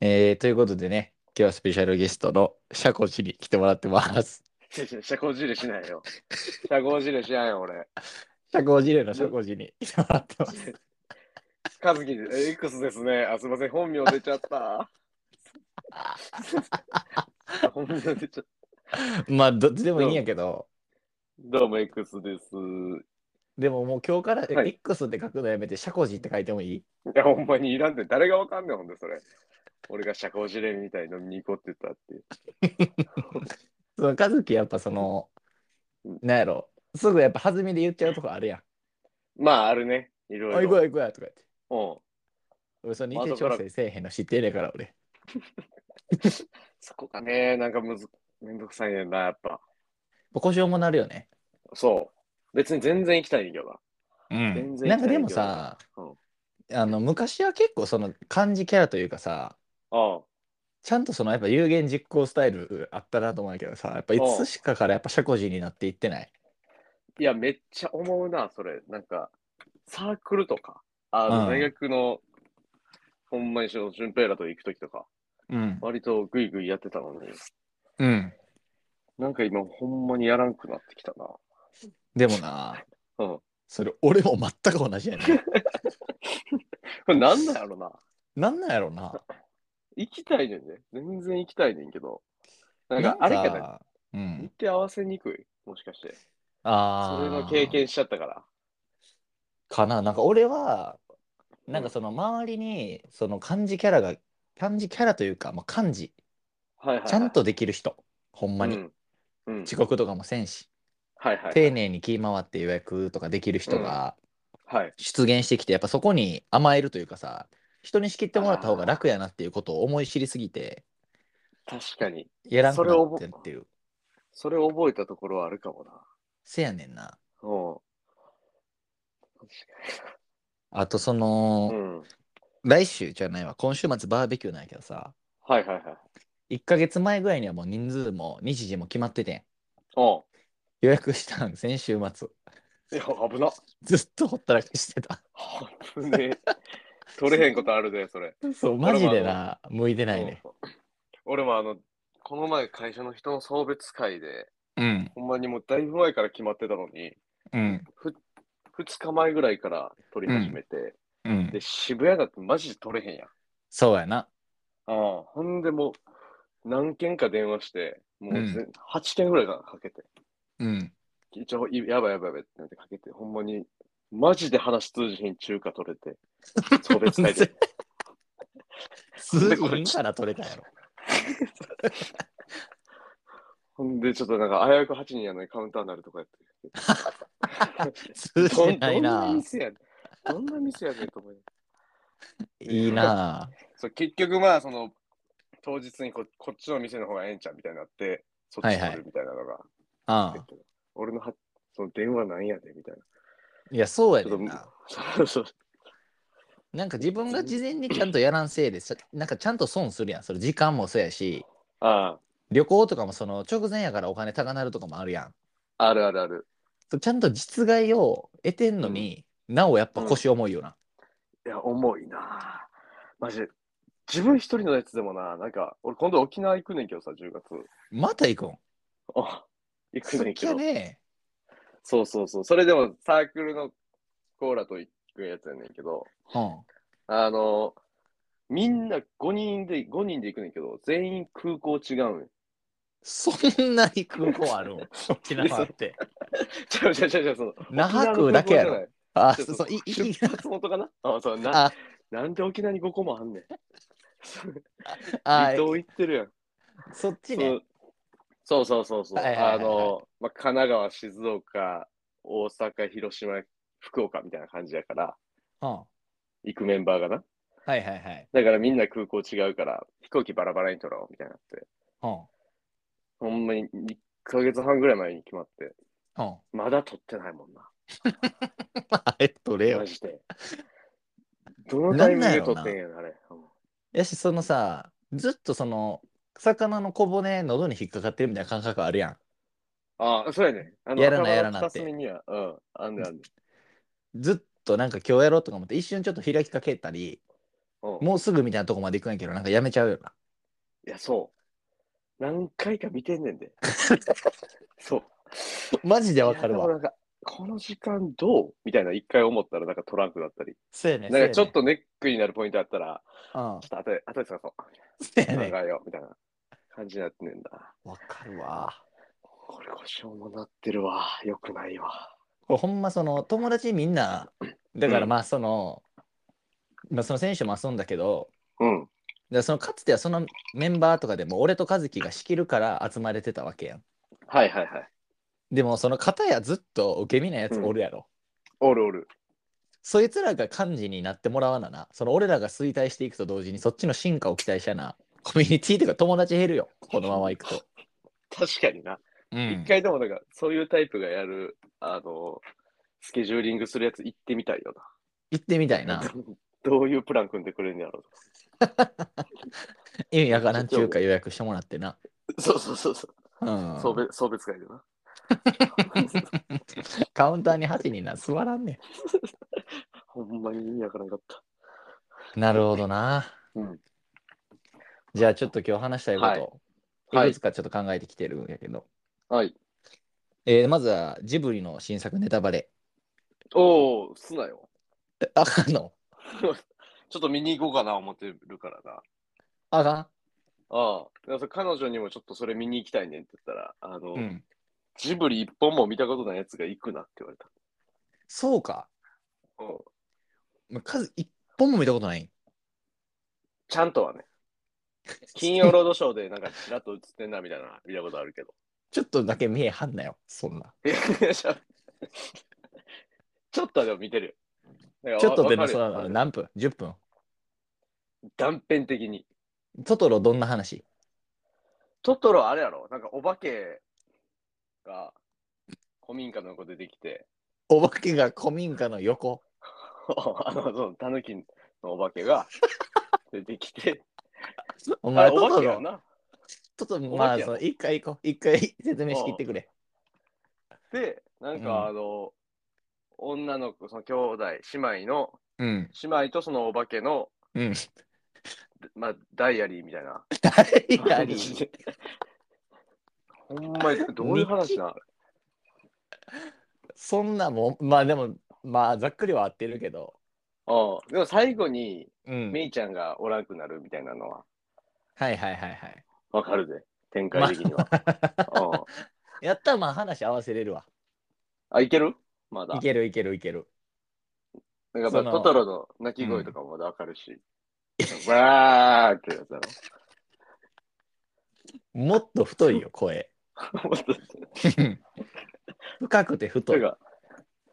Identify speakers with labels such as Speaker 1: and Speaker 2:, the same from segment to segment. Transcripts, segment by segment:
Speaker 1: えーということでね、今日はスペシャルゲストのシャコチに来てもらってます。
Speaker 2: 社交辞令しないよ。社交辞令しないよ、俺。
Speaker 1: シャコジレのシャコジに 来てもらってます。
Speaker 2: カズキに、え X ですね。あ、すいません、本名出ちゃった。 本名出ちゃった。
Speaker 1: まあ、どっちでもいいんやけど、
Speaker 2: どうも、X です。
Speaker 1: でももう今日から
Speaker 2: はい
Speaker 1: X って書くのやめて、シャコジって書いてもいい
Speaker 2: いや、ほんまにいらんって、誰がわかんねん、ほんで、それ。俺が社交辞令みたいのに行こうって言った
Speaker 1: そのカズキやっぱその
Speaker 2: うん、
Speaker 1: なんやろ、すぐやっぱ弾みで言っちゃうとこあるやん。
Speaker 2: って。まあ、あるね。いろ
Speaker 1: あ、
Speaker 2: い
Speaker 1: 行こう
Speaker 2: ろ。
Speaker 1: や行こうやとか言って。
Speaker 2: うん。
Speaker 1: 俺その日程調整せえへんの知ってるから俺。
Speaker 2: そこがね、なんかむず、めんどくさいねんな、やっぱ。
Speaker 1: 故障もなるよね。
Speaker 2: そう。別に全然行きたいんやけどな。
Speaker 1: うん
Speaker 2: 全然
Speaker 1: なんかでもさ、あの昔は結構その漢字キャラというかさ、
Speaker 2: うん。
Speaker 1: ちゃんとそのやっぱ有言実行スタイルあったなと思うんやけどさ、やっぱいつしかからやっぱ社交辞になっていってない。
Speaker 2: いや、めっちゃ思うな、それ。なんか、サークルとか、あの、
Speaker 1: うん
Speaker 2: 大学の、ほんまにしょ、順平らと行くときとか、
Speaker 1: うん。
Speaker 2: 割とグイグイやってたのに、
Speaker 1: うん。
Speaker 2: なんか今、ほんまにやらんくなってきたな。
Speaker 1: でもな、
Speaker 2: うん。こ
Speaker 1: それ俺も全く同じやねん。
Speaker 2: れなんだやろな。
Speaker 1: なんなんやろな。
Speaker 2: 行きたいねんね。全然行きたいねんけど。なんか、あれかな。
Speaker 1: な。う
Speaker 2: 行っ
Speaker 1: ん。
Speaker 2: て合わせにくいもしかして。
Speaker 1: あ
Speaker 2: そ
Speaker 1: あ。
Speaker 2: れの経験しちゃったから。
Speaker 1: かななんか俺はなんかその周りにその漢字キャラが漢字キャラというか、まあ、漢字
Speaker 2: はいはいはい。
Speaker 1: ちゃんとできる人ほん
Speaker 2: う
Speaker 1: ま
Speaker 2: ん、
Speaker 1: に、
Speaker 2: うん。
Speaker 1: 遅刻とかもせんし
Speaker 2: はいはい。
Speaker 1: 丁寧に気回って予約とかできる人が
Speaker 2: はい。
Speaker 1: 出現してきてやっぱそこに甘えるというかさ人に仕切ってもらった方が楽やなっていうことを思い知りすぎて
Speaker 2: 確かに。
Speaker 1: やらんくな
Speaker 2: それを
Speaker 1: ってんっていう
Speaker 2: それ覚えたところはあるかもな。
Speaker 1: せやねんな
Speaker 2: うん。
Speaker 1: あとその、
Speaker 2: うん。
Speaker 1: 来週じゃないわ今週末バーベキューなんやけどさ
Speaker 2: はいはいはい。
Speaker 1: 1ヶ月前ぐらいにはもう人数も日時も決まっててん
Speaker 2: うん。
Speaker 1: 予約したん先週末
Speaker 2: いや、危な。
Speaker 1: ずっとほったらかしてた
Speaker 2: 危ねえ。取れへんことあるで、それ。
Speaker 1: そう マジでな向いてないね
Speaker 2: うん俺もあの、この前会社の人の送別会で、
Speaker 1: うん
Speaker 2: ほんまにもうだいぶ前から決まってたのに、
Speaker 1: うん
Speaker 2: 2日前ぐらいから取り始めて、
Speaker 1: うん
Speaker 2: で、渋谷だってマジで取れへんやん。
Speaker 1: そうやな
Speaker 2: ああほんでもう、何件か電話して、もうぜ、
Speaker 1: う
Speaker 2: 8件ぐらいかかけて、
Speaker 1: うん
Speaker 2: 一応、いやばいやばいやばいってなってかけて、ほんまに、マジで話通じひん中華取 れて、送別会で。
Speaker 1: 数人から取れたやろ
Speaker 2: ほんで、ちょっとなんか、危うく8人やのにカウンターになるとかやって。
Speaker 1: 通じ
Speaker 2: ど
Speaker 1: て
Speaker 2: ん
Speaker 1: ない
Speaker 2: どんな
Speaker 1: な
Speaker 2: 店やねん。どんな店やねんと思いなが
Speaker 1: いいな
Speaker 2: らそう結局まあ、その、当日にここっちの店の方がええんちゃうみたいになって、そっち来るみたいなのが。
Speaker 1: ああ
Speaker 2: 俺のはその電話なんやでみたいな。
Speaker 1: いやそうや
Speaker 2: ちょ
Speaker 1: ね
Speaker 2: っ
Speaker 1: ん
Speaker 2: と
Speaker 1: な
Speaker 2: そうそう。
Speaker 1: なんか自分が事前にちゃんとやらんせいでさなんかちゃんと損するやんそれ時間もそうやし
Speaker 2: あ
Speaker 1: 旅行とかもその直前やからお金高なるとかもあるやん
Speaker 2: あ、あるあるある。
Speaker 1: そうちゃんと実害を得てんのに、なおやっぱ腰重いよな、
Speaker 2: いや、重いな。マジ。自分一人のやつでもな、なんか、俺今度沖縄行くねんけどさ、10月。
Speaker 1: また行くん
Speaker 2: あ行くねんけ
Speaker 1: そっ
Speaker 2: ど
Speaker 1: き。ゃね
Speaker 2: そうそうそう。それでもサークルのコーラと行くやつやねんけど、
Speaker 1: うん
Speaker 2: あの、みんな5人で、5人で行くねんけど、全員空港違うんよ。
Speaker 1: そんなに空港ある ん沖縄って。
Speaker 2: ちゃうちゃうちゃうちゃう、その。
Speaker 1: 那覇空だけやろ。あ、
Speaker 2: 沖縄の空港じ
Speaker 1: そそいい
Speaker 2: ゃない。そううそうう、出発元かなあ、そう、な、
Speaker 1: あ、
Speaker 2: なんで沖縄に5個もあんねん。
Speaker 1: あ
Speaker 2: 離、島行ってるやん。
Speaker 1: そっちね。
Speaker 2: そうそうそうそうそう。
Speaker 1: はいはいはいはい
Speaker 2: あの、まあ、神奈川、静岡、大阪、広島、福岡みたいな感じやから、
Speaker 1: うん。は
Speaker 2: 行くメンバーがな。
Speaker 1: いはいはい。
Speaker 2: だからみんな空港違うから、飛行機バラバラに取ろうみたいになって。
Speaker 1: う
Speaker 2: ほんまに1ヶ月半ぐらい前に決まって、
Speaker 1: ん。うん。
Speaker 2: まだ取ってないもんな。
Speaker 1: まあ、えっと、レオ
Speaker 2: マ。ジで。どのタイミングで取ってんやん、あれ。うん
Speaker 1: やし、そのさ、ずっとその、魚の小骨、喉に引っかかってるみたいな感覚あるや
Speaker 2: ああ、そうやね。あ
Speaker 1: やらなやらな
Speaker 2: 頭の
Speaker 1: っ
Speaker 2: 片
Speaker 1: て
Speaker 2: 隅には、うん、あんねんあんねん。
Speaker 1: ん。ずっとなんか今日やろうとか思って、一瞬ちょっと開きかけたり、
Speaker 2: うん。
Speaker 1: もうすぐみたいなとこまで行くんやけど、なんかやめちゃうよな。
Speaker 2: いや、そう。何回か見てんねんで。そう。
Speaker 1: マジでわかる
Speaker 2: いやでも
Speaker 1: わ。
Speaker 2: なんか、この時間どうみたいな、一回思ったら、なんかトランクだったり、
Speaker 1: そうやね。
Speaker 2: なんかち
Speaker 1: そう
Speaker 2: ょ
Speaker 1: や
Speaker 2: っ
Speaker 1: ね。
Speaker 2: とネックになるポイントあったら、
Speaker 1: うん
Speaker 2: ちょっと後で、後で探そう。
Speaker 1: そうやね。
Speaker 2: 考えよう、みたいな感じになってんねんだ。
Speaker 1: わかるわ。
Speaker 2: これ故障もなってるわ。よくないわ。
Speaker 1: これほんまその友達みんな、だから
Speaker 2: うん
Speaker 1: まあその、まあその選手も遊んだけど、
Speaker 2: うん。
Speaker 1: だからそのかつてはそのメンバーとかでも俺と和樹が仕切るから集まれてたわけやん。
Speaker 2: はいはいはい。で
Speaker 1: でもその片やずっと受け身なやつおるやろ。
Speaker 2: おるおる。
Speaker 1: そいつらが幹事になってもらわなな。その俺らが衰退していくと同時にそっちの進化を期待したな。コミュニティというか友達減るよ。このままいくと。
Speaker 2: 確かにな。
Speaker 1: う
Speaker 2: 一、
Speaker 1: ん。
Speaker 2: 回でもなんか、そういうタイプがやる、あの、スケジューリングするやつ行ってみたいよ
Speaker 1: 行ってみたい
Speaker 2: な。
Speaker 1: な。
Speaker 2: どういうプラン組んでくれるんやろうとか。
Speaker 1: 意味わからんちゅうか予約してもらってな。
Speaker 2: そうそうそうそう。
Speaker 1: うん。
Speaker 2: 送別送別 会でな。
Speaker 1: カウンターに8人な。座らんね
Speaker 2: ほんまに意味わからんかった。
Speaker 1: ん。なるほどな。
Speaker 2: うん
Speaker 1: じゃあちょっと今日話したいこと、
Speaker 2: はい
Speaker 1: い
Speaker 2: はい
Speaker 1: くつかちょっと考えてきてるんやけど。
Speaker 2: はい。
Speaker 1: えーまずはジブリの新作ネタバレ。
Speaker 2: おお、すなよ。
Speaker 1: えあかんの
Speaker 2: ちょっと見に行こうかな思ってるからな。
Speaker 1: あかん
Speaker 2: ああ。だからそれ彼女にもちょっとそれ見に行きたいねんって言ったら、あの、
Speaker 1: うん。
Speaker 2: ジブリ一本も見たことないやつが行くなって言われた。
Speaker 1: そうか。
Speaker 2: うん
Speaker 1: ま数一本も見たことない。
Speaker 2: ちゃんとはね。 金曜ロードショーでなんかちらっと映ってんなみたいな見たことあるけど。
Speaker 1: ちょっとだけ見えはんなよ、そんな。
Speaker 2: いやいやちょちょっとはでも見てるよ。だ
Speaker 1: ちょ
Speaker 2: から
Speaker 1: っとでも
Speaker 2: わかる
Speaker 1: そ
Speaker 2: よ
Speaker 1: う何分 ?10 分。
Speaker 2: 断片的に。
Speaker 1: トトロどんな話
Speaker 2: トトロあれやろなんかお化けが古民家の子出てきて、
Speaker 1: お化けが古民家の横。
Speaker 2: あの、その、たぬきのお化け が出てきて、
Speaker 1: お
Speaker 2: あ
Speaker 1: 前ト
Speaker 2: お化
Speaker 1: ト
Speaker 2: けや
Speaker 1: ロ、
Speaker 2: な。
Speaker 1: トトロ、
Speaker 2: お
Speaker 1: ま
Speaker 2: 化
Speaker 1: あ
Speaker 2: けや
Speaker 1: その一回行こう。一回説明しきってくれ。
Speaker 2: で、なん
Speaker 1: うん
Speaker 2: かあの、女の子、その兄弟、姉妹の、
Speaker 1: うん。
Speaker 2: 姉妹とそのお化けの、
Speaker 1: うん。
Speaker 2: まあ、ダイアリーみたい な。
Speaker 1: 誰やり
Speaker 2: ほんまに、どういう話な
Speaker 1: そんなもん、まあでも、まあざっくりは合ってるけど。
Speaker 2: うん。でも最後に、
Speaker 1: うん。
Speaker 2: メイちゃんがおらんくなるみたいなのは、
Speaker 1: はいはいはいはい。
Speaker 2: わかるで、展開的には。うん
Speaker 1: やったらまあ話合わせれるわ。
Speaker 2: あ、いけるまだ
Speaker 1: い。けるいけるいける。
Speaker 2: なんかやっぱ
Speaker 1: その
Speaker 2: トトロの鳴き声とかもまだわかるし。わ、ーってやつだ
Speaker 1: もっと太いよ、声。
Speaker 2: ろ。もっと
Speaker 1: 深くて太
Speaker 2: なん
Speaker 1: い。
Speaker 2: か、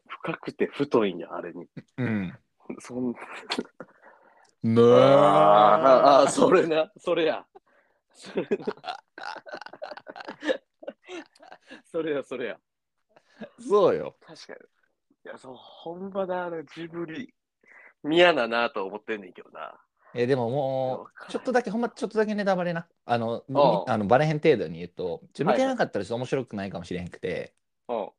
Speaker 2: 深くて太いんや、あれに。
Speaker 1: うん。
Speaker 2: そん
Speaker 1: む
Speaker 2: あ
Speaker 1: ー。
Speaker 2: ーあー、それな、それや。それな。それや、それや。
Speaker 1: そうよ。
Speaker 2: 確かに。いや、そう、ほんまな、あのジブリ、嫌だなと思ってんねんけどな。
Speaker 1: えでもも
Speaker 2: わかんな
Speaker 1: う
Speaker 2: い
Speaker 1: ちょっとだけほんまちょっとだけネタバレなあのみ
Speaker 2: ああ
Speaker 1: あのバレへん程度に言うとちょ
Speaker 2: は
Speaker 1: 見
Speaker 2: いはい
Speaker 1: てなかったらちょっと面白くないかもしれへんくて、
Speaker 2: うん。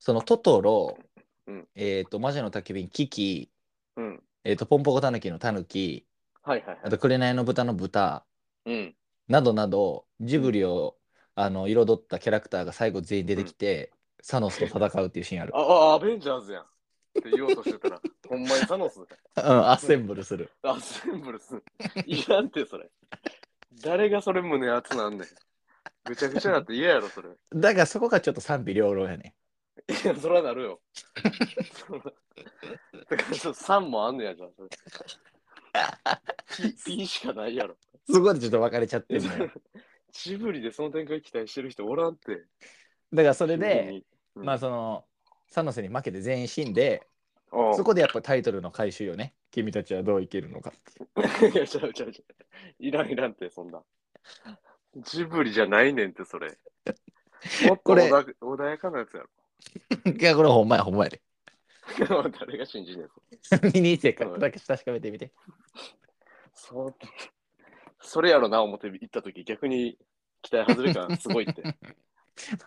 Speaker 1: そのトトロ、
Speaker 2: うん
Speaker 1: えっ、と魔女の宅急便キキ
Speaker 2: うん。
Speaker 1: えっ、とポンポコタヌキのタヌキ
Speaker 2: はいはい
Speaker 1: あ
Speaker 2: はい。
Speaker 1: と紅の豚の豚
Speaker 2: うん。
Speaker 1: などなどジブリを、あの彩ったキャラクターが最後全員出てきて、サノスと戦うっていうシーンあ る
Speaker 2: ああ、アベンジャーズやん。って言おうとしてたら、ほんまにサノス。
Speaker 1: うんアッセンブルする
Speaker 2: アセンブルすん。いらんて、それ。誰がそれ胸熱なんねん。ぐちゃぐちゃなって嫌やろ、それ。い
Speaker 1: だからそこがちょっと賛否両論やね
Speaker 2: や、そらなるよ。 そらだから、ちょっと3もあんねやじゃん、 それ。P, P しかないやろ。
Speaker 1: そこでちょっと分かれちゃってるの よ
Speaker 2: ジブリでその展開期待してる人おらんって。
Speaker 1: だからそれ
Speaker 2: 急
Speaker 1: で
Speaker 2: に、うん
Speaker 1: まあそのサノスに負けて全員死んで
Speaker 2: うん
Speaker 1: そこでやっぱタイトルの回収よね。君たちはどう生きるのかっていう。
Speaker 2: いや、ちゃうちゃうちゃう。いらんいらんって、そんな。ジブリじゃないねんって、それ。もっと
Speaker 1: これ
Speaker 2: 穏穏やかなやつや
Speaker 1: いや、これほんまやほんまやで。
Speaker 2: ろ。 誰が信じんねん、それ
Speaker 1: 見に行ってからだけ確かめてみて。
Speaker 2: そう。それやろな、思って行ったとき、逆に期待外れ感すご いって。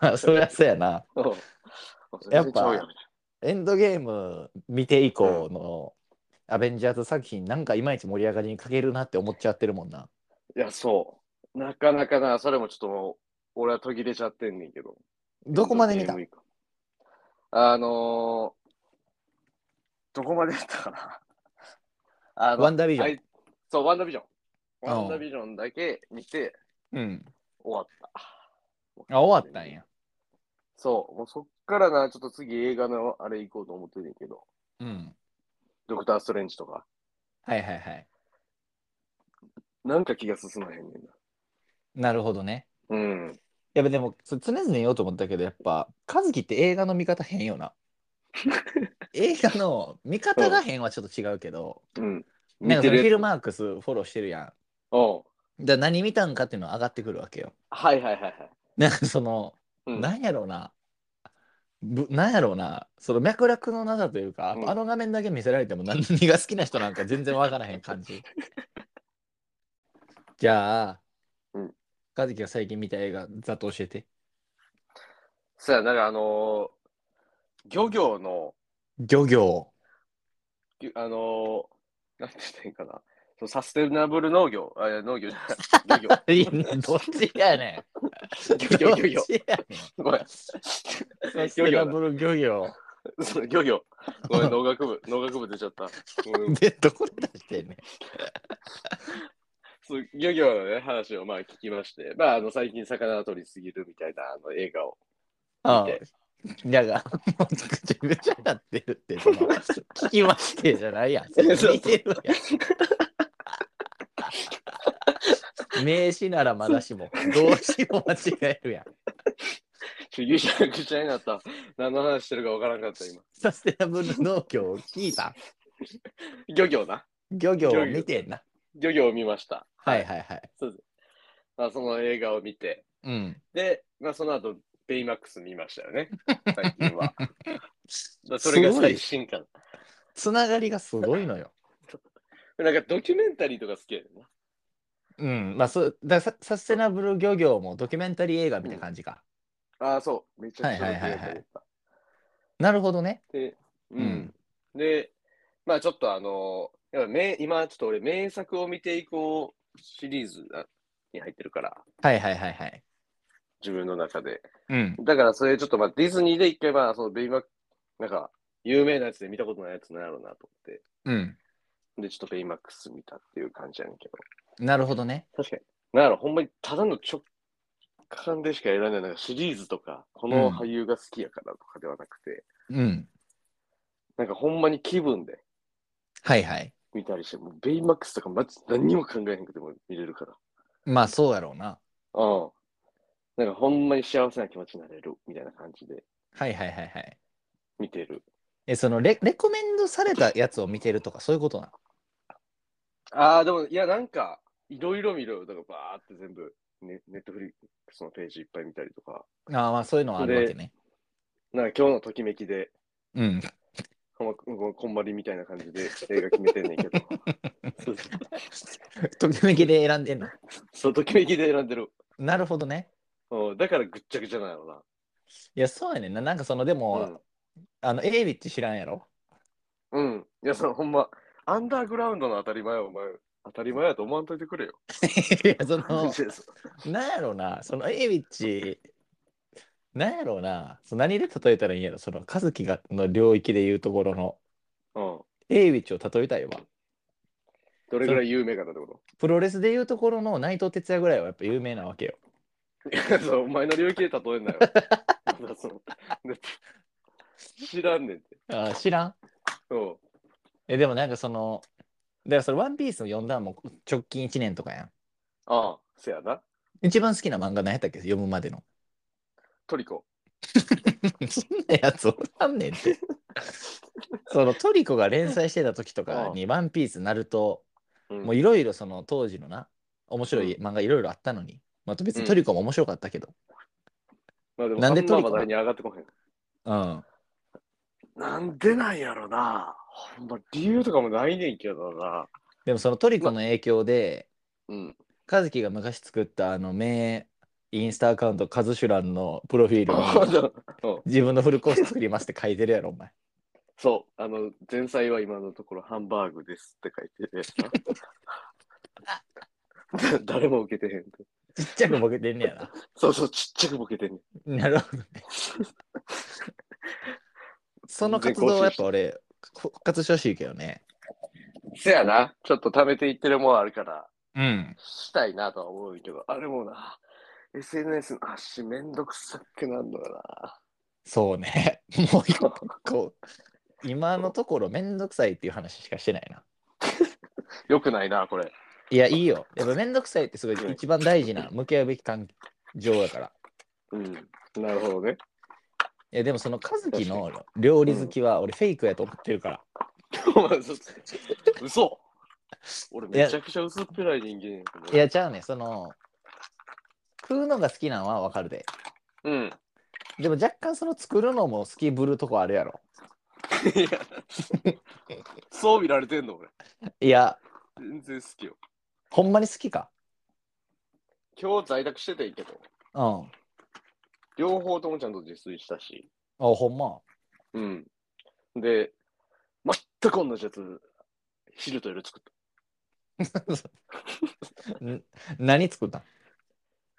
Speaker 1: ま あ、そりゃそうやな。
Speaker 2: うん
Speaker 1: やっぱ
Speaker 2: 全然ちゃうやん
Speaker 1: エンドゲーム見て以降のアベンジャーズ作品なんかいまいち盛り上がりに欠けるなって思っちゃってるもんな。
Speaker 2: いや、そう。なかなかな、それもちょっともう、俺は途切れちゃってんねんけど。
Speaker 1: どこまで見た
Speaker 2: ゲーム以降あのー、どこまで見たかな。 あの
Speaker 1: ワンダービジョン
Speaker 2: あいそう、ワンダービジョン。
Speaker 1: うん
Speaker 2: ワンダービジョンだけ見て
Speaker 1: うん。
Speaker 2: 終わった。
Speaker 1: あ、終わったんや。
Speaker 2: そう、もうそっからな、ちょっと次映画のあれ行こうと思ってんねんけど、
Speaker 1: うん。
Speaker 2: ドクター・ストレンジとか、
Speaker 1: はいはいはい。
Speaker 2: なんか気が進まへんねんな。
Speaker 1: なるほどね。
Speaker 2: うん。
Speaker 1: いやでもそ常々言おうと思ったけどやっぱ和樹って映画の見方変よ な。映画の見方が変はちょっと違うけど、
Speaker 2: うん。
Speaker 1: なん
Speaker 2: 見
Speaker 1: かそ
Speaker 2: て
Speaker 1: のフィ
Speaker 2: るや
Speaker 1: ル
Speaker 2: つ。
Speaker 1: マークスフォローしてるやん。だか
Speaker 2: おう
Speaker 1: ら何見たんかっていうのは上がってくるわけよ。
Speaker 2: はいはいはいはい。
Speaker 1: なんかその、
Speaker 2: うん、
Speaker 1: なんやろうな。ぶなんやろうなその脈絡のなさというか、
Speaker 2: うん
Speaker 1: あの画面だけ見せられても何が好きな人なんか全然わからへん感 じじゃあ、
Speaker 2: うん
Speaker 1: 和樹が最近見た映画ざっと教えて
Speaker 2: そうや、なんかあのー、漁業の、
Speaker 1: 漁業
Speaker 2: ぎゅあのー、なんて言ったらいいんかな。そのサステナブル農業、あいや農業じゃ ない、漁業。
Speaker 1: いやどっちやねん。
Speaker 2: 漁業、漁業。
Speaker 1: どっちや
Speaker 2: ごめ
Speaker 1: ね
Speaker 2: ん。
Speaker 1: ん。漁業漁
Speaker 2: 漁業だ
Speaker 1: 業。
Speaker 2: その漁業。ごめん、農学部、農学部出ちゃった。うん
Speaker 1: で、どこで出してんねん。
Speaker 2: そう漁業のね、話をまあ聞きまして、まあ、あの最近魚取りすぎるみたいなあの映画を。
Speaker 1: あ
Speaker 2: 見て
Speaker 1: あ。だが、もうぐちゃぐちゃなってるって、その聞きましてじゃないやん。
Speaker 2: そうそう
Speaker 1: 見てるやん。名詞ならまだしも、動詞も間違えるやん。
Speaker 2: ちょ、ぐちゃぐちゃになった。何の話してるかわからんかった、今。
Speaker 1: サステナブル農業を聞いた。
Speaker 2: 漁業な。
Speaker 1: 漁業を見てんな。
Speaker 2: 漁業を見ました。
Speaker 1: はいはいはい。
Speaker 2: まあ、その映画を見て、
Speaker 1: うん。
Speaker 2: で、まあ、その後、ベイマックス見ましたよ ね、最近は。まあ
Speaker 1: す
Speaker 2: そ
Speaker 1: ごい
Speaker 2: れが最新刊。
Speaker 1: つながりがすごいのよ。
Speaker 2: なんかドキュメンタリーとか好きやねんな。
Speaker 1: うん、まあそうだササステナブル漁業もドキュメンタリー映画みたいな感じか。
Speaker 2: ああ、そう。めちゃくちゃドキュメンタリーだった。
Speaker 1: なるほどね。
Speaker 2: で、う。
Speaker 1: うん
Speaker 2: で、まあちょっとあの、やっぱ名今ちょっと俺、名作を見ていこうシリーズに入ってるから、
Speaker 1: はいはいはいはい。
Speaker 2: 自分の中で。
Speaker 1: うん。
Speaker 2: だからそれちょっとまあディズニーで一回まあそのベイマック、なんか有名なやつで見たことないやつなんやろうなと思って。
Speaker 1: うん。
Speaker 2: で、ちょっとベイマックス見たっていう感じやねんけど。
Speaker 1: なるほどね。
Speaker 2: 確かに。なんやろ、ほんまにただの直感でしか選んでない。なんかシリーズとか、この俳優が好きやからとかではなくて、
Speaker 1: うん。
Speaker 2: なんかほんまに気分で
Speaker 1: はいはい。
Speaker 2: 見たりして、もうベイマックスとかマジ何にも考えへんくても見れるから。
Speaker 1: まあそうやろうな。
Speaker 2: うん。なんかほんまに幸せな気持ちになれるみたいな感じで
Speaker 1: はいはいはいはい。
Speaker 2: 見てる。
Speaker 1: え、そのレレコメンドされたやつを見てるとかそういうことなの
Speaker 2: ああ、でも、いや、なんか、いろいろ見るよ。だからバーって全部、ね、ネットフリックスのページいっぱい見たりとか、
Speaker 1: ああまあそういうのはあるわけね。
Speaker 2: なんか今日のときめきで、
Speaker 1: うん。
Speaker 2: ほんま、こんこんまりみたいな感じで映画決めてんねんけ ど。そうそう
Speaker 1: ときめきで選んでんの。
Speaker 2: そう、ときめきで選んでる。
Speaker 1: なるほどね。
Speaker 2: うん、だからぐっちゃぐちゃなのな。
Speaker 1: いやそうやねんな。なんかそのでも、あのエイビッチ知らんやろ
Speaker 2: うん。うん。いや、そのほんま、アンダーグラウンドの当たり前をお前、当たり前やと思わんといてくれよ。
Speaker 1: いやそ の
Speaker 2: そうそう
Speaker 1: なんやろうな、そのエイビッチ、なんやろうな、その何で例えたらいいんやろ、その和樹がの領域で言うところの、
Speaker 2: うん。
Speaker 1: エイビッチを例えたいわ。
Speaker 2: どれぐらい有名かだってこと
Speaker 1: プロレスで言うところの内藤哲也ぐらいはやっぱ有名なわけよ。
Speaker 2: そうお前の領域で例えんなよ。 そのだって知らんねんって。
Speaker 1: あー知らん
Speaker 2: そ
Speaker 1: え、でもなんかその、だからそれワンピースを読んだんも直近1年とかやん。
Speaker 2: う。ああ、せやな。
Speaker 1: 一番好きな漫画何やったっけ読むまでの。
Speaker 2: トリコ。
Speaker 1: そんなやつおらんねん って。そのトリコが連載してた時とかに、ワンピース、ナルト、
Speaker 2: うん
Speaker 1: もういろいろその当時のな面白い漫画いろいろあったのに、まあ、別にトリコも面白かったけど、
Speaker 2: まあ、でも
Speaker 1: なんで
Speaker 2: あま
Speaker 1: トリコ
Speaker 2: 話題に上がってこへん。
Speaker 1: うん、
Speaker 2: なんでなんやろな。ほんま理由とかもないねんけどな。
Speaker 1: でもそのトリコの影響で、
Speaker 2: うん。
Speaker 1: 和樹が昔作ったあの名インスタアカウントカズシュランのプロフィール
Speaker 2: あ
Speaker 1: に
Speaker 2: そううん
Speaker 1: 自分のフルコース作りますって書いてるやろお前
Speaker 2: そう、あの、前菜は今のところハンバーグですって書いてるやつな。だ 誰も受けてへんと。
Speaker 1: ちっちゃくボケてんねやな。
Speaker 2: そうそう、ちっちゃくボケてんね ん。
Speaker 1: なるほどね。その活動はやっぱ俺、復活してほしいけどね。
Speaker 2: せやな、ちょっと貯めていってるもんあるから、
Speaker 1: うん。
Speaker 2: したいなとは思うけど、あれもな、SNS の発信めんどくさくなるのよな。
Speaker 1: そうね。もう一個、今のところめんどくさいっていう話しかしてないな。
Speaker 2: よくないな、これ。
Speaker 1: いや、いいよ。やっぱめんどくさいってすご
Speaker 2: うん
Speaker 1: い一番大事な、向き合うべき感情やから。
Speaker 2: うん。なるほどね。
Speaker 1: いや、でもその和樹の料理好きは俺フェイクやと思ってるから。
Speaker 2: お前、嘘嘘俺めちゃくちゃ薄っぺらい人間やけど
Speaker 1: いや、ちゃうね。その、食うのが好きなのはわかるで。
Speaker 2: うん。
Speaker 1: でも若干その作るのも好きぶるとこあるやろ。
Speaker 2: いや、そう見られてんの、俺。
Speaker 1: いや、
Speaker 2: 全然好きよ。
Speaker 1: ほんまに好きか。
Speaker 2: 今日在宅してていいけど、
Speaker 1: うん。あ、
Speaker 2: 両方ともちゃんと自炊したし、
Speaker 1: ほんま。
Speaker 2: うん。で、全く同じやつ、昼と夜作った。
Speaker 1: ん何作ったん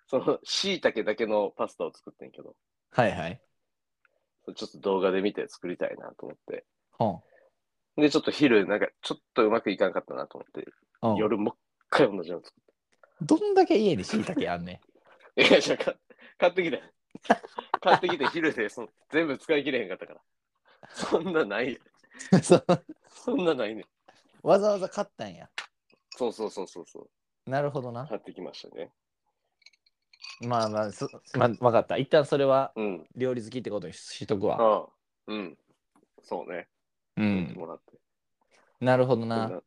Speaker 2: その、椎茸だけのパスタを作ってんけど、
Speaker 1: はいはい。
Speaker 2: ちょっと動画で見て作りたいなと思って。
Speaker 1: ほ
Speaker 2: で、ちょっと昼、なんか、ちょっとうまくいかんかったなと思って、
Speaker 1: ん。うん、
Speaker 2: 夜もう一回同じの作っ
Speaker 1: どんだけ家にしいたけあんね
Speaker 2: た。いや、じゃあか買ってきて。買ってきて、昼でその全部使い切れへんかったから。そんなないよ。
Speaker 1: ん そう
Speaker 2: そんなないね。
Speaker 1: わざわざ買ったんや。
Speaker 2: そうそうそうそうそう。
Speaker 1: なるほどな。
Speaker 2: 買ってきましたね。
Speaker 1: まあまあ、そまあ、分かった。一旦それは
Speaker 2: うん。
Speaker 1: 料理好きってことにしとくわ。
Speaker 2: ああ。うん。そうね。
Speaker 1: う
Speaker 2: 買って
Speaker 1: ん。
Speaker 2: もらって。
Speaker 1: なるほどな。
Speaker 2: そんなはい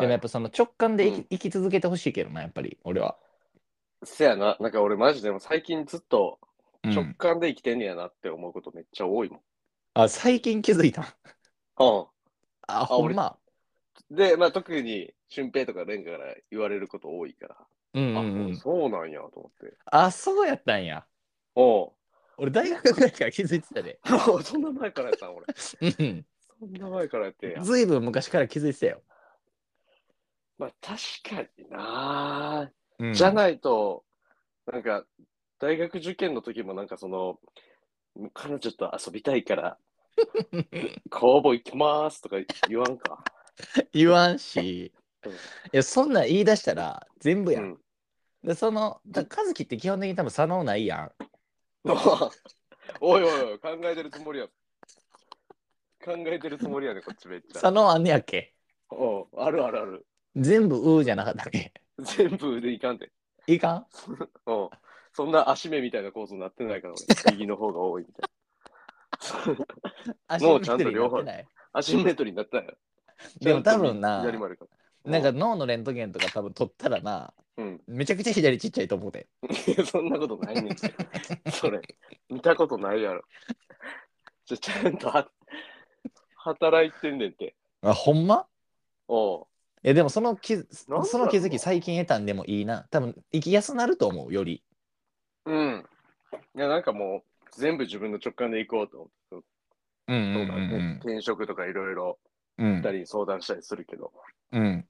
Speaker 1: でもやっぱその直感で生き,、
Speaker 2: うん
Speaker 1: 生き続けてほしいけどな、やっぱり俺は。
Speaker 2: せやな。なんか俺マジでも最近ずっと
Speaker 1: う
Speaker 2: 直
Speaker 1: ん、
Speaker 2: 感で生きてんねやなって思うことめっちゃ多いもん。
Speaker 1: あ、最近気づいた。あ、ほんま。
Speaker 2: うん。で、まあ特に俊平とか蓮から言われること多いから。
Speaker 1: うんう
Speaker 2: あ、
Speaker 1: んう、
Speaker 2: もうんそうなんやと思って。
Speaker 1: あ、そうやったんや。
Speaker 2: おう
Speaker 1: 俺大学ぐらいから気づいてたで。
Speaker 2: もうそん な前からやったん俺。
Speaker 1: うん
Speaker 2: そんな前からやってん
Speaker 1: う
Speaker 2: や
Speaker 1: ん。。ずいぶん昔から気づいてたよ。
Speaker 2: まあ確かにな、
Speaker 1: うん
Speaker 2: じゃないと、なんか、大学受験の時もなんかその、彼女と遊びたいから、 工房行きますとか言わんか。
Speaker 1: 言わんし
Speaker 2: うん。
Speaker 1: いや、そんなん言い出したら全部
Speaker 2: う
Speaker 1: やん。
Speaker 2: ん。
Speaker 1: で、その、だから和樹って基本的に多分佐野ないや
Speaker 2: おいおいおい、考えてるつもりや。考えてるつもりやね、こっちめっ
Speaker 1: ん。
Speaker 2: ちゃ。
Speaker 1: 佐野あんねやっけ。
Speaker 2: おうあるあるある。
Speaker 1: 全部うーじゃなかったっけ。
Speaker 2: 全部でいかんで。
Speaker 1: いかん
Speaker 2: うん。そんな足目みたいな構造になってないから、 俺。右の方が多いみたいな。
Speaker 1: 足
Speaker 2: もうちゃん
Speaker 1: 見て
Speaker 2: と
Speaker 1: る
Speaker 2: 両方
Speaker 1: やってない
Speaker 2: アシンメトリーになったんや。
Speaker 1: でも多分な
Speaker 2: 左もあるか
Speaker 1: なんか脳のレントゲンとか多分取ったらな、
Speaker 2: ら。うん。
Speaker 1: めちゃくちゃ左ちっちゃいと思うで。
Speaker 2: いや そんなことないねんて。それ、見たことないやろ。ちょちゃんとは働いてんねんて。
Speaker 1: あ、ほんま
Speaker 2: おう。
Speaker 1: え、でもその気づ
Speaker 2: なんだろうな
Speaker 1: その気づき最近得たんでもいいな。多分生きやすなると思うより。
Speaker 2: うん。いや、なんかもう、全部自分の直感で行こうと思って。そう
Speaker 1: うんう
Speaker 2: そうんだ
Speaker 1: うん
Speaker 2: ね。転職とかいろいろ、
Speaker 1: うん
Speaker 2: 二人に相談したりするけど。
Speaker 1: うん。うん。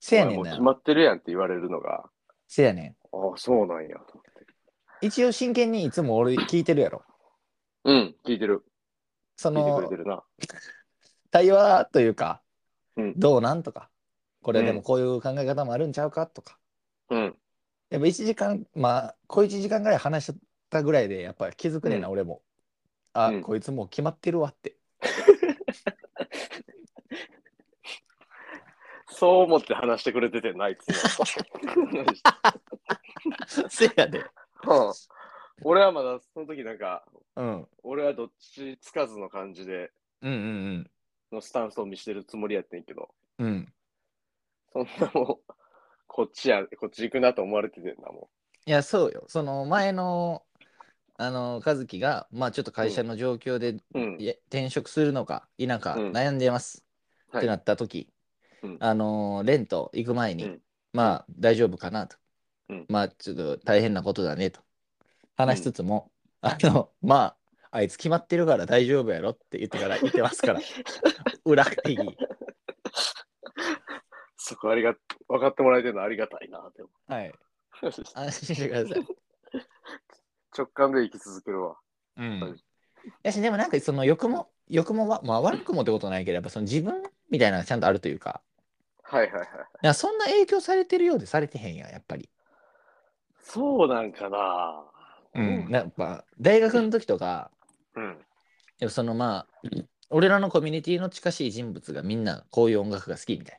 Speaker 1: せやねん
Speaker 2: お前もう
Speaker 1: な
Speaker 2: 決。まってるやんって言われるのが、
Speaker 1: せやね
Speaker 2: ああ、そうなんやと思って。
Speaker 1: ん。一応真剣にいつも俺聞いてるやろ。
Speaker 2: うん、聞いてる。
Speaker 1: そ
Speaker 2: 聞いて
Speaker 1: の
Speaker 2: くれてるな。
Speaker 1: 対話というか、
Speaker 2: うん
Speaker 1: どうなんとか、これで
Speaker 2: う
Speaker 1: も
Speaker 2: ん
Speaker 1: こういう考え方もあるんちゃうかとか。
Speaker 2: うん。
Speaker 1: やっぱ1時間、まあ、小1時間ぐらい話したぐらいで、やっぱり気づくねんな、
Speaker 2: う
Speaker 1: 俺も。あ、
Speaker 2: うん
Speaker 1: こいつもう決まってるわ って。
Speaker 2: そう思って話してくれててないっつ
Speaker 1: せやで。
Speaker 2: うん俺はまだその時なんか、
Speaker 1: うん。うん
Speaker 2: 俺はどっちつかずの感じで
Speaker 1: うん
Speaker 2: のスタンスを見してるつもりやってんけど、
Speaker 1: うん。うん。
Speaker 2: そんなもう、こっちや、こっち行くなと思われててんな、も
Speaker 1: いや、そうよ。その前の、あの、和樹が、まあちょっと会社の状況で、
Speaker 2: う。うん。
Speaker 1: いえ転職するのか否か
Speaker 2: うん
Speaker 1: 悩んでます、
Speaker 2: は
Speaker 1: っ
Speaker 2: い
Speaker 1: てなった時、
Speaker 2: うん
Speaker 1: あのーレンと行く前に、
Speaker 2: うん
Speaker 1: まあ大丈夫かなと、
Speaker 2: うん
Speaker 1: まあちょっと大変なことだねと話しつつも、あのまああいつ決まってるから大丈夫やろって言ってから言ってます から裏会議
Speaker 2: そこありが、分かってもらえてるのありがたいな って思
Speaker 1: はい。
Speaker 2: う。
Speaker 1: 安心してください。
Speaker 2: 直感で生き続けるわ。
Speaker 1: うん。やし、でもなんかその欲も、欲もわ、まあ悪くもってことないければ、その自分みたいなのがちゃんとあるというか、
Speaker 2: はいはいは
Speaker 1: い
Speaker 2: い。
Speaker 1: やそんな影響されてるようでされてへんやん、やっぱり。
Speaker 2: そうなんかな。
Speaker 1: うん。やっぱ、大学の時とか、
Speaker 2: うん。
Speaker 1: やっぱそのまあ、俺らのコミュニティの近しい人物がみんなこういう音楽が好きみたい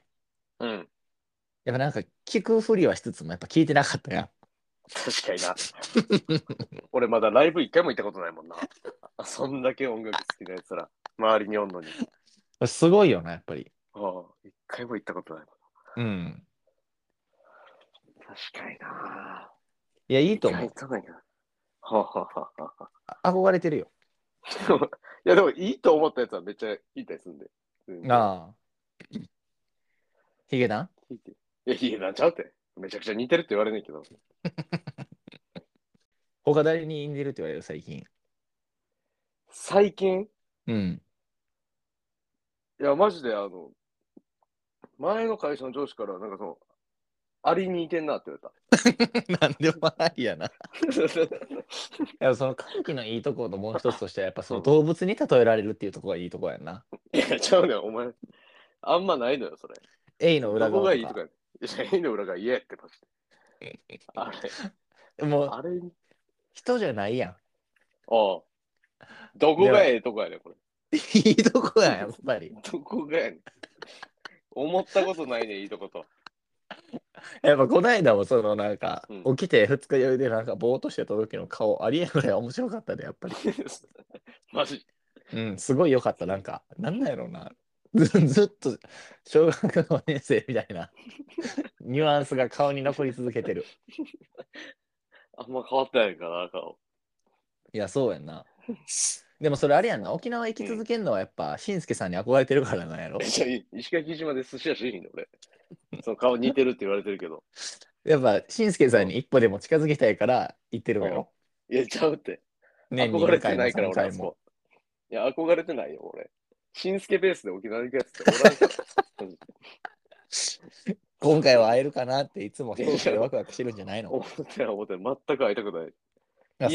Speaker 2: うん。
Speaker 1: な。やっぱなんか聞くふりはしつつもやっぱ聞いてなかったやん。
Speaker 2: 確かにな。 俺まだライブ一回も行ったことないもんな。あそんだけ音楽好きなやつら、周りにおんのに。
Speaker 1: すごいよな、やっぱり。
Speaker 2: ああ、一回も行ったことないもん。
Speaker 1: うん。
Speaker 2: 確かにな。
Speaker 1: いや、い
Speaker 2: い
Speaker 1: いと思う。
Speaker 2: 行かないな。はあ、はあはあはあ
Speaker 1: 憧れてるよ。
Speaker 2: でもい やでもいいと思ったやつはめっちゃいいたりするんで。全然
Speaker 1: ああ。ヒゲダン
Speaker 2: いやいやなんちゃうって。めちゃくちゃ似てるって言われねえけど。
Speaker 1: 他誰に似てるって言われる最近。
Speaker 2: 最近
Speaker 1: うん。
Speaker 2: いやマジであの、前の会社の上司からなんかその、アリに似てんなって言われた。
Speaker 1: なんでもないやな。やっぱその歓喜のいいところのもう一つとしては、やっぱその動物に例えられるっていうところがいいところやんな。
Speaker 2: いや、ちゃうねん、お前。あんまないのよ、それ。
Speaker 1: エイの裏
Speaker 2: どこ
Speaker 1: 側
Speaker 2: がいい
Speaker 1: と
Speaker 2: と
Speaker 1: か
Speaker 2: か。いや、いいの裏が嫌やってました。あれ、
Speaker 1: もう
Speaker 2: あれ、
Speaker 1: 人じゃないやん。
Speaker 2: ああ。どこがええとこやねん、これ。
Speaker 1: いいとこやん、やっぱり。
Speaker 2: どこがやねん。思ったことないねん、いいとこと。
Speaker 1: やっぱこないだもそのなんか、
Speaker 2: うん
Speaker 1: 起きて二日酔いでなんかぼーっとしてた時の顔ありえんぐらい面白かったで、やっぱり。
Speaker 2: マジ。
Speaker 1: うん、すごい良かった。なんか、なんなんやろうな。ずずっと小学5年生みたいなニュアンスが顔に残り続けてる。
Speaker 2: あんま変わってないんかな、顔。
Speaker 1: いや、そうやんな。でもそれあれやんな。沖縄行き続けるのはやっぱ、しんすけさんに憧れてるからなんやろ。
Speaker 2: えじゃあい石垣島で寿司屋しへんで、俺。その顔似てるって言われてるけど。
Speaker 1: やっぱ、しんすけさんに一歩でも近づきたいから行ってるわよ。
Speaker 2: いや、ちゃうって。
Speaker 1: 年に
Speaker 2: 憧
Speaker 1: 2
Speaker 2: れて
Speaker 1: 回も
Speaker 2: ないから、
Speaker 1: 3
Speaker 2: 俺、
Speaker 1: 回
Speaker 2: あそ
Speaker 1: も
Speaker 2: こ。。いや、憧れてないよ、俺。しんすけベースで沖縄行くやつっておらんから。マジで
Speaker 1: 今回は会えるかなっていつも一人でワクワクしてるんじゃないの
Speaker 2: 思ってない思ってない全く会いたくない。
Speaker 1: い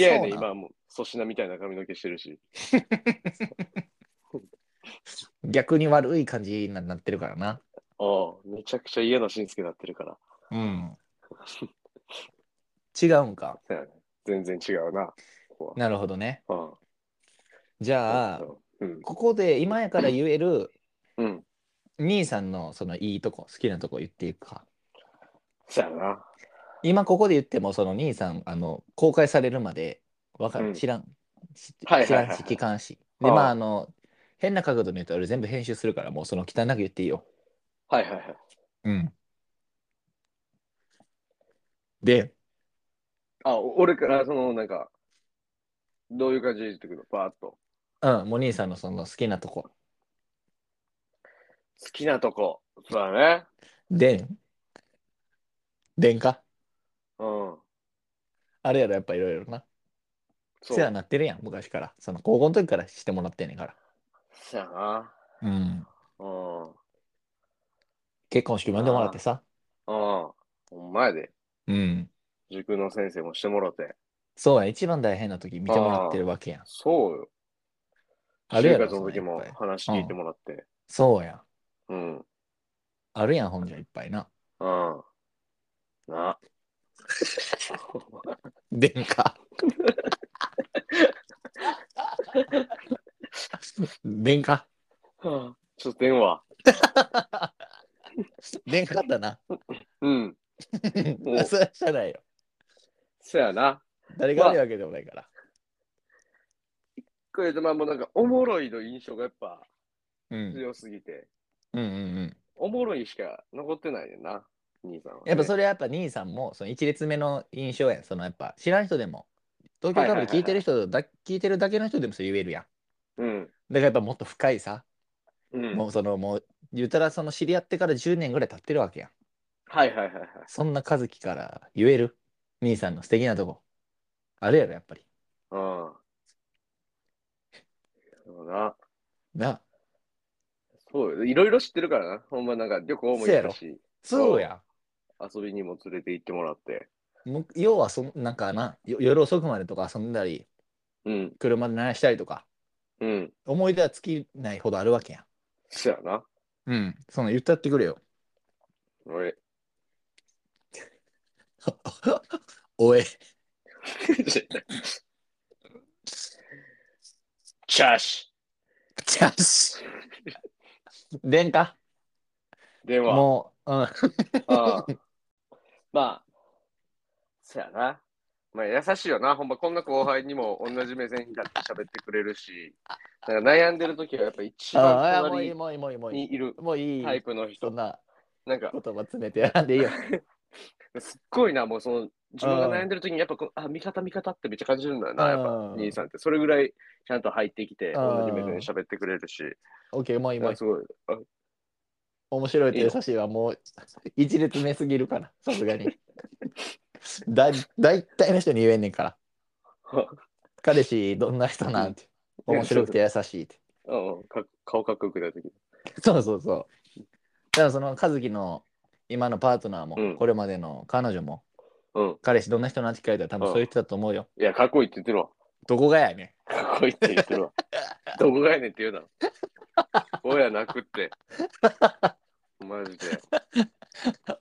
Speaker 1: や
Speaker 2: 嫌やね
Speaker 1: そうなん
Speaker 2: 今はもう粗品みたいな髪の毛してるし。
Speaker 1: 逆に悪い感じになってるからな。
Speaker 2: ああ、めちゃくちゃ嫌なしんすけなってるから。
Speaker 1: うん。違うんか。
Speaker 2: そうやね全然違うな。ここ
Speaker 1: なるほどね。
Speaker 2: は
Speaker 1: じ
Speaker 2: あ
Speaker 1: ゃあ、
Speaker 2: うん。
Speaker 1: ここで今やから言える
Speaker 2: うん。
Speaker 1: 兄さんのそのいいとこ、好きなとこ言っていくか。
Speaker 2: そうやな。
Speaker 1: 今ここで言っても、その兄さん、あの、公開されるまでわか
Speaker 2: うん
Speaker 1: る。知らん。知
Speaker 2: はい
Speaker 1: 知
Speaker 2: はいは
Speaker 1: ら
Speaker 2: いはい
Speaker 1: んし、機関し。
Speaker 2: あ
Speaker 1: で、
Speaker 2: あ
Speaker 1: まあ、あの、変な角度で言うと俺全部編集するから、もうその汚く言っていいよ。
Speaker 2: はいはいはい。
Speaker 1: うん。で、
Speaker 2: あ、お俺から、その、なんか、どういう感じで言ってくるのパーッと。
Speaker 1: うん、もう兄さんのその好きなとこ。
Speaker 2: 好きなとこ。そうだね。
Speaker 1: でん。でんか
Speaker 2: うん。
Speaker 1: あれやろ、やっぱいろいろな。
Speaker 2: そう。
Speaker 1: 世話になってるやん、昔から。その高校の時からしてもらってんねんから。
Speaker 2: そうやな。
Speaker 1: うん。
Speaker 2: うん。うん。
Speaker 1: 結婚式も呼んでもらってさ。
Speaker 2: ほんまやで。
Speaker 1: うん。
Speaker 2: 塾の先生もしてもろて。
Speaker 1: そうや、一番大変な時見てもらってるわけやん。
Speaker 2: そうよ。
Speaker 1: あるや
Speaker 2: 就
Speaker 1: ろ
Speaker 2: 活の時も
Speaker 1: それいっぱい
Speaker 2: 話聞いてもらって。
Speaker 1: そうや。
Speaker 2: うん。うん。
Speaker 1: あるやん、ほんじゃいっぱいな。
Speaker 2: な。
Speaker 1: でんか。でんか。
Speaker 2: はあちょっと電話。
Speaker 1: でんかかったな。
Speaker 2: うん。 お
Speaker 1: それはしゃあないよ。
Speaker 2: そうやな。
Speaker 1: 誰が悪いわけでもないから。
Speaker 2: これでまあもうなんかおもろいの印象がやっぱ
Speaker 1: うん。
Speaker 2: 強すぎて、
Speaker 1: うんうんうん。
Speaker 2: おもろいしか残ってないねんな、兄さんはね、
Speaker 1: やっぱそれはやっぱ兄さんもその一列目の印象やんそのやっぱ知らん人でも東京カブリ聞いてる人だ、聞いてるだけの人でもそう言えるやんだか
Speaker 2: うん。
Speaker 1: らやっぱもっと深いさ、
Speaker 2: うん。
Speaker 1: もうそのもう言うたらその知り合ってから10年ぐらい経ってるわけやん
Speaker 2: はいはいはいはい。
Speaker 1: そんな和樹から言える兄さんの素敵なとこあれやろやっぱり
Speaker 2: うん。ほどな。
Speaker 1: な。
Speaker 2: そうよいろいろ知ってるからな。ほんまなんか旅行も
Speaker 1: せ
Speaker 2: 行
Speaker 1: や
Speaker 2: っ
Speaker 1: ろ
Speaker 2: たし、
Speaker 1: そうや
Speaker 2: 遊びにも連れて行ってもらって。
Speaker 1: ん。む要はそん、なんかな、よ夜遅くまでとか遊んだり、
Speaker 2: うん、
Speaker 1: 車で鳴らしたりとか、
Speaker 2: うん。
Speaker 1: 思い出は尽きないほどあるわけや
Speaker 2: そうやな。
Speaker 1: ん。うん。その言ったってくれよ。
Speaker 2: 俺。
Speaker 1: おえ。
Speaker 2: チャーシ
Speaker 1: チャンス。でんか
Speaker 2: でも、
Speaker 1: もう、うん。
Speaker 2: ああまあ、そうやな。まあ、優しいよな。ほんま、こんな後輩にも同じ目線に立って喋ってくれるし、なんか悩んでる時はやっぱ一
Speaker 1: あ
Speaker 2: 番
Speaker 1: あ、もういい、
Speaker 2: 隣
Speaker 1: もういい、もういい、もういい。
Speaker 2: にいる
Speaker 1: もういい。
Speaker 2: タイプの
Speaker 1: そ
Speaker 2: 人
Speaker 1: ん。な
Speaker 2: なんか、
Speaker 1: 言葉詰めてやらんでいい よ。
Speaker 2: すっごいな、もうその、自分が悩んでる時に、やっぱこう、あ、味方、味方ってめっちゃ感じるんだよな、やっぱ、
Speaker 1: うん
Speaker 2: 兄さんって。それぐらい、ちゃんと入ってき
Speaker 1: う
Speaker 2: て、
Speaker 1: ん
Speaker 2: 同じ目線で喋ってくれるし、
Speaker 1: オッケー、もういい、もうんい
Speaker 2: な
Speaker 1: い
Speaker 2: か。すごい。あ
Speaker 1: 面白いと優しいはもう、一列目すぎるから、さすが に。だ、大体の人に言えんねんから。 彼氏、どんな人なんて。
Speaker 2: うん
Speaker 1: 面白くて優しいって。
Speaker 2: うん、か顔かっこよくなる時。
Speaker 1: そうそうそう。だからその和樹の今のパートナーも、
Speaker 2: うん
Speaker 1: これまでの彼女も、
Speaker 2: うん。
Speaker 1: 彼氏どんな人なんて聞かれたら多分そう言ってたと思うよ。
Speaker 2: いや、かっこいいって言ってるわ。
Speaker 1: どこがやね
Speaker 2: かっこいいって言ってるわ。どこがやねんって言うだろ。親なくって。マジで。
Speaker 1: ん。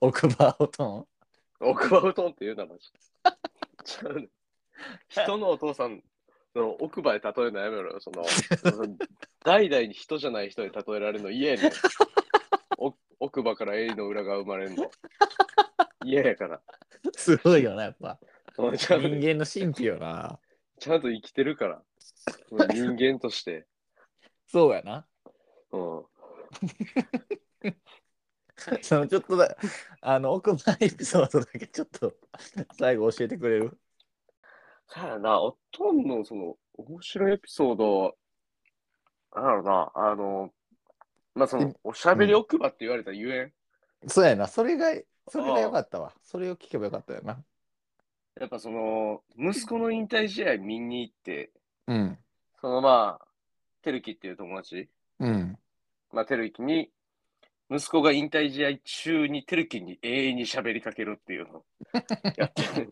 Speaker 1: 奥歯をと
Speaker 2: 奥歯布団って言うな、マジで。ちゃうねん人のお父さん、その奥歯で例えるのやめろよ。その、 その代々に人じゃない人で例えられるの嫌やねん。お奥歯から鋭の裏が生まれんの。嫌やから。
Speaker 1: ん。 すごいよな、やっ ぱ。
Speaker 2: お前ち
Speaker 1: 人
Speaker 2: ゃんと
Speaker 1: 間の神秘よな。
Speaker 2: ちゃんと生きてるから。人間として。
Speaker 1: そうやな。
Speaker 2: うん。
Speaker 1: そのちょっとだ、あの奥歯エピソードだけちょっと最後教えてくれる
Speaker 2: そうやな、おとんのその面白いエピソード、なんだろうな、あの、まあその
Speaker 1: え、
Speaker 2: おしゃべり奥歯って言われたゆえん、
Speaker 1: そうやな。それが、それがよかったわ。それを聞けばよかったよな。
Speaker 2: やっぱその、息子の引退試合見に行って、
Speaker 1: うん。
Speaker 2: そのまあ、てるきっていう友達、
Speaker 1: うん。
Speaker 2: まあ、てるきに、息子が引退試合中にてるきに永遠にしゃべりかけるっていうのをやってる。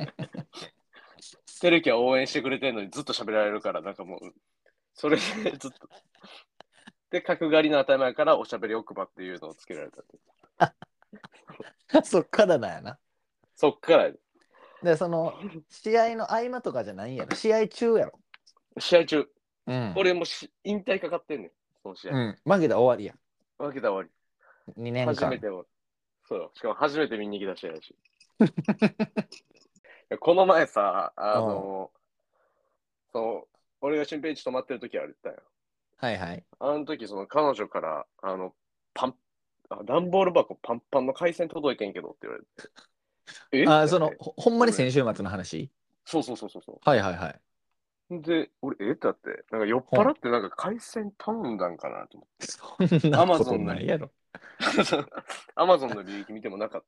Speaker 2: てるきは応援してくれてるのにずっと喋られるから、なんかもう、それでずっと。で、角刈りの頭からおしゃべり奥歯っていうのをつけられたって。
Speaker 1: そっからなんやな。
Speaker 2: そっからやで、
Speaker 1: で、その、試合の合間とかじゃないんやろ。試合中やろ。
Speaker 2: 試合中、
Speaker 1: うん
Speaker 2: 俺もし引退かかってんねん、その試
Speaker 1: う
Speaker 2: 合。
Speaker 1: ん、負けたら終わりや。
Speaker 2: 負けたら終
Speaker 1: 2
Speaker 2: わり。
Speaker 1: 年
Speaker 2: 初め
Speaker 1: 間。
Speaker 2: て終わり。そうよ。しかも初めて見に来た試合やし。い やこの前さ、あの、その、俺が俊平一泊まってる時あれ言ったよ。
Speaker 1: はいはい。
Speaker 2: あの時、その彼女から、あの、パン、あ段ボール箱パンパンの回線届いてんけどって言われて。え
Speaker 1: あ、その、ほほんまに先週末の話
Speaker 2: そうそうそうそうそ
Speaker 1: はいはいはい。
Speaker 2: う。で、俺、えだって、なんか酔っ払ってなんか回線頼んだんかなと思
Speaker 1: そんなことないやろ。
Speaker 2: って。 アマゾンの履歴見てもなかっ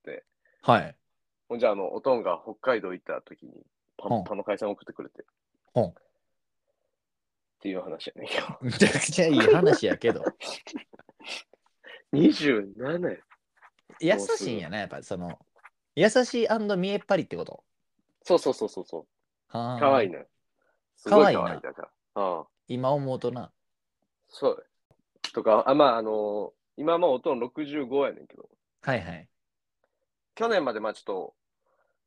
Speaker 2: た。
Speaker 1: はい。
Speaker 2: ほんじゃ、あの、おとんが北海道行った時に、パンパンの回線送ってくれて。
Speaker 1: うん
Speaker 2: っていう話やねんけど。
Speaker 1: めちゃくちゃいい話やけど。
Speaker 2: 27や。
Speaker 1: 優しいんやな、やっぱその、優しい見えっぱりってこと。
Speaker 2: そうそうそうそうそう。
Speaker 1: はあ
Speaker 2: かわいいね。すご
Speaker 1: 可
Speaker 2: いか
Speaker 1: 愛
Speaker 2: わ
Speaker 1: い
Speaker 2: い
Speaker 1: ない
Speaker 2: だから。うん。
Speaker 1: 今思うとな。
Speaker 2: そう。とか、あまあ、あのー今はもうおとん65やねんけど、
Speaker 1: はいはい。
Speaker 2: 去年までまあちょっと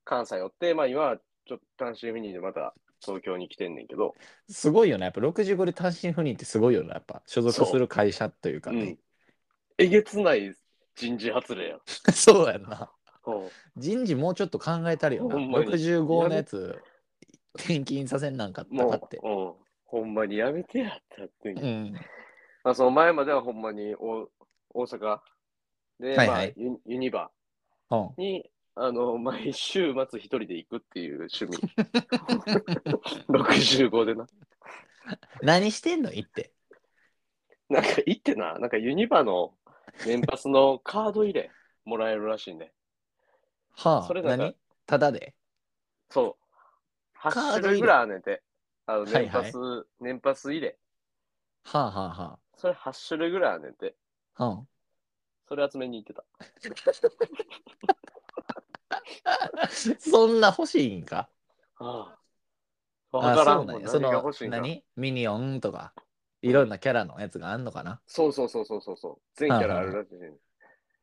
Speaker 2: 関西寄って、まあ今はちょっと単身赴任でまた東京に来てんねんけど、
Speaker 1: すごいよな、やっぱ65で単身赴任ってすごいよな、やっぱ所属する会社というか
Speaker 2: う
Speaker 1: ね
Speaker 2: ん。えげつない人事発令や。
Speaker 1: そうやんな。
Speaker 2: うん
Speaker 1: 人事もうちょっと考えたるよな。
Speaker 2: ほんまに
Speaker 1: 65のやつ、転勤させんなんかったか
Speaker 2: も
Speaker 1: って。
Speaker 2: う、うん、ほんまにやめてやったってん
Speaker 1: う
Speaker 2: けど。
Speaker 1: ん。
Speaker 2: まあその前まではほんまにお大阪
Speaker 1: は
Speaker 2: で、
Speaker 1: いはい
Speaker 2: まあユ、ユニバ
Speaker 1: うん
Speaker 2: に、あの、毎週末一人で行くっていう 趣味。65でな。
Speaker 1: 何してんの行って。
Speaker 2: なんか行ってな、なんかユニバの年パスのカード入れもらえるらしいね。
Speaker 1: はあ、
Speaker 2: それなんか
Speaker 1: 何ただで。
Speaker 2: そう。8
Speaker 1: カード入れ
Speaker 2: 種類ぐらいあんねんて。あの
Speaker 1: はい
Speaker 2: 年
Speaker 1: はい
Speaker 2: パス、年パス入れ。
Speaker 1: はあはあは
Speaker 2: それ8種類ぐらいあんねんて。
Speaker 1: あ。うん。
Speaker 2: それ集めに行ってた。
Speaker 1: そんな欲しいんか。
Speaker 2: ああ。
Speaker 1: あ
Speaker 2: わから
Speaker 1: そうんな
Speaker 2: も
Speaker 1: ん
Speaker 2: ん。
Speaker 1: やそ
Speaker 2: 何が欲
Speaker 1: の
Speaker 2: しいんか。
Speaker 1: 何ミニオンとかいろんなキャラのやつがあんのかな
Speaker 2: そうそうそうそうそうそう。全キャラあるらしいねん。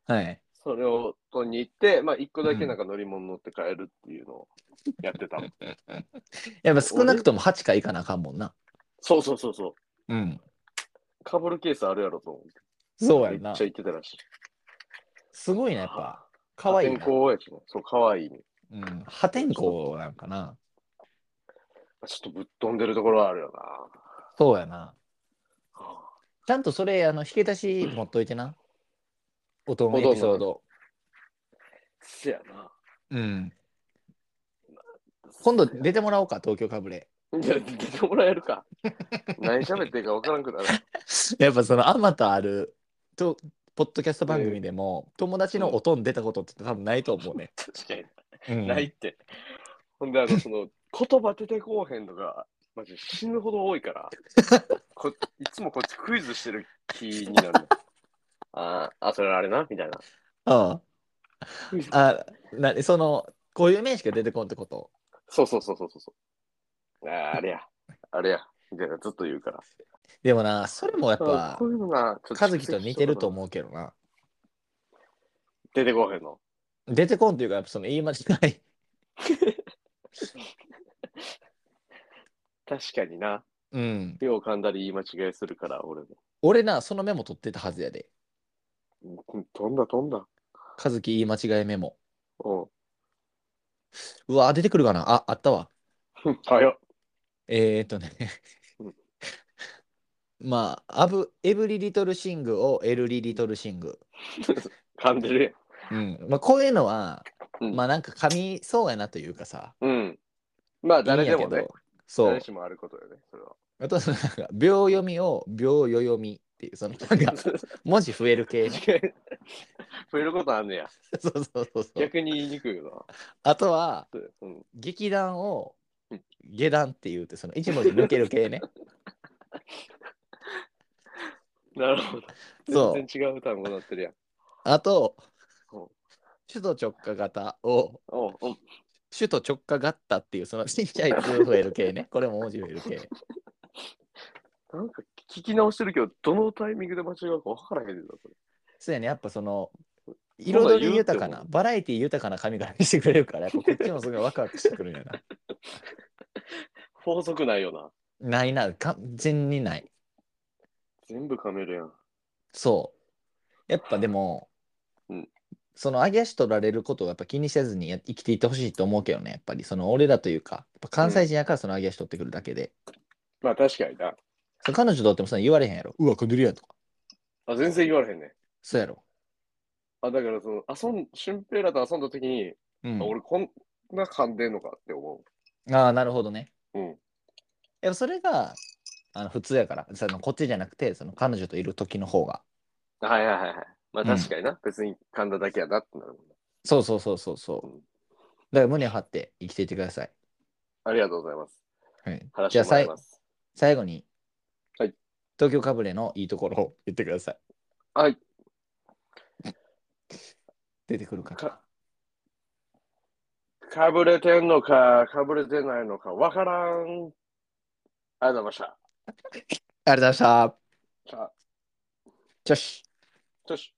Speaker 1: はい。
Speaker 2: それを取りに行って、まあ1個だけなんか乗り物乗って帰るっていうのをやってた。
Speaker 1: やっぱ少なくとも8回いかなあかんもんな。
Speaker 2: そうそうそうそう。
Speaker 1: うん。
Speaker 2: かぶるケースあるやろと思って。
Speaker 1: そうやん
Speaker 2: め
Speaker 1: な
Speaker 2: っちゃ。行ってたらしい。
Speaker 1: すごいな、やっぱ。かわいい
Speaker 2: 天
Speaker 1: な。
Speaker 2: 候やしね。そう、かわいいね。
Speaker 1: うん。破天荒なんかな。
Speaker 2: ちょっとぶっ飛んでるところはあるよな。
Speaker 1: そうやな。
Speaker 2: ああ
Speaker 1: ちゃんとそれ、あの、引き出し持っといてな。音のエピソード。
Speaker 2: せやな。
Speaker 1: うん。今度出てもらおうか、東京かぶれ。
Speaker 2: じゃあ出てもらえ るか。何喋ってるか分からんくなる。
Speaker 1: やっぱその、あまたある、と、ポッドキャスト番組でも、友達の音に出たことって多分ないと思うね。
Speaker 2: 確かに。
Speaker 1: うん
Speaker 2: ないって。ほんで、あの、その、言葉出てこうへんのが、マジ死ぬほど多いから、こいつもこっちクイズしてる気になるの。あーあ、それあれなみたいな。
Speaker 1: うん。あ、な、その、こういう面しか出てこんってこと。
Speaker 2: そうそうそうそうそう。あーあれや、あれや、みたいな、ずっと言うから。
Speaker 1: でもな、それもやっ
Speaker 2: あ
Speaker 1: ぱ
Speaker 2: こ、ういうのが、ちょっ
Speaker 1: 和樹と似てると
Speaker 2: う。
Speaker 1: 思うけどな。
Speaker 2: 出てこうへんの。
Speaker 1: 出てこんというか、やっぱその言い間違い。
Speaker 2: 確かにな。
Speaker 1: うん。
Speaker 2: よう噛んだり言い間違いするから、俺も。
Speaker 1: 俺な、そのメモ取ってたはずやで。
Speaker 2: うん飛んだ飛んだ。
Speaker 1: 和樹言い間違いメモ。
Speaker 2: うん。
Speaker 1: うわ、出てくるかなあ、あったわ。
Speaker 2: 早っ。
Speaker 1: えー、っとね
Speaker 2: うん。
Speaker 1: まあ、アブ、エブリリトルシングをエルリリトルシング。
Speaker 2: 噛んでる
Speaker 1: うん。まあ、こういうのは、
Speaker 2: うん
Speaker 1: まあなんか噛みそうやなというかさ。
Speaker 2: やん。うん。まあ、誰でも
Speaker 1: いいんや
Speaker 2: ね
Speaker 1: けど。そう
Speaker 2: 誰。しもあることよね、それは。
Speaker 1: あとはそのなんか秒読みを秒よ読みっていうそのなんか 文字増える系の
Speaker 2: 増えることあんねや。
Speaker 1: そうそうそうそう
Speaker 2: 逆に言いにくいよ
Speaker 1: あとは
Speaker 2: な。うん、
Speaker 1: 劇団を
Speaker 2: うん
Speaker 1: 下段って言うてその一文字抜ける系 ね
Speaker 2: なるほど。
Speaker 1: そう
Speaker 2: 全然違う単語になってるやん。
Speaker 1: あと
Speaker 2: うん
Speaker 1: 首都直下型を
Speaker 2: おうおう
Speaker 1: 首都直下型っていうそのちっちゃい数増える系 ねこれも文字増える系
Speaker 2: なんか聞き直してるけど、どのタイミングで間違うか分からへんねんな、それ。
Speaker 1: そうやねやっぱその
Speaker 2: そんなん言うても
Speaker 1: 彩り豊かなバラエティ豊かな髪型にしてくれるからやっぱこっちもすごいワクワクしてくるんやな
Speaker 2: 法則ないよな。
Speaker 1: ないな完全にない
Speaker 2: 全部噛めるやん。
Speaker 1: そう。やっぱでも、
Speaker 2: うん
Speaker 1: その揚げ足取られることをやっぱ気にせずにや生きていってほしいと思うけどね、やっぱりその俺らというか、やっぱ関西人やからその揚げ足取ってくるだけで、
Speaker 2: まあ確かにな。
Speaker 1: その彼女とってもそんな言われへんやろ。うわ、こんでるやんとか。
Speaker 2: あ全然言われへんね。
Speaker 1: そうやろ。
Speaker 2: あだからその、遊ん、俊平らと遊んだ時に、
Speaker 1: うん
Speaker 2: あ、俺こんな噛んでんのかって思
Speaker 1: ああ、なるほどね。
Speaker 2: う。うん。
Speaker 1: やっぱそれがあの普通やから、そのこっちじゃなくて、その彼女といる時の方が。
Speaker 2: はいはいはいはい。まあ確かにな。別に噛んだだけやなってなるもんな。。
Speaker 1: そうそうそうそうそううんだから胸張って生きていってください。
Speaker 2: ありがとうございます。
Speaker 1: はい、
Speaker 2: 話
Speaker 1: じゃ
Speaker 2: し
Speaker 1: あ
Speaker 2: てもらい
Speaker 1: 最
Speaker 2: ます。
Speaker 1: 最後に、
Speaker 2: はい
Speaker 1: 東京かぶれのいいところを言ってください。
Speaker 2: はい。
Speaker 1: 出てくるかな
Speaker 2: かかぶれてんのか、かぶれてないのか、わからん。ありがとうございました。
Speaker 1: ありがとうございました。
Speaker 2: さあ、
Speaker 1: よし。
Speaker 2: よし。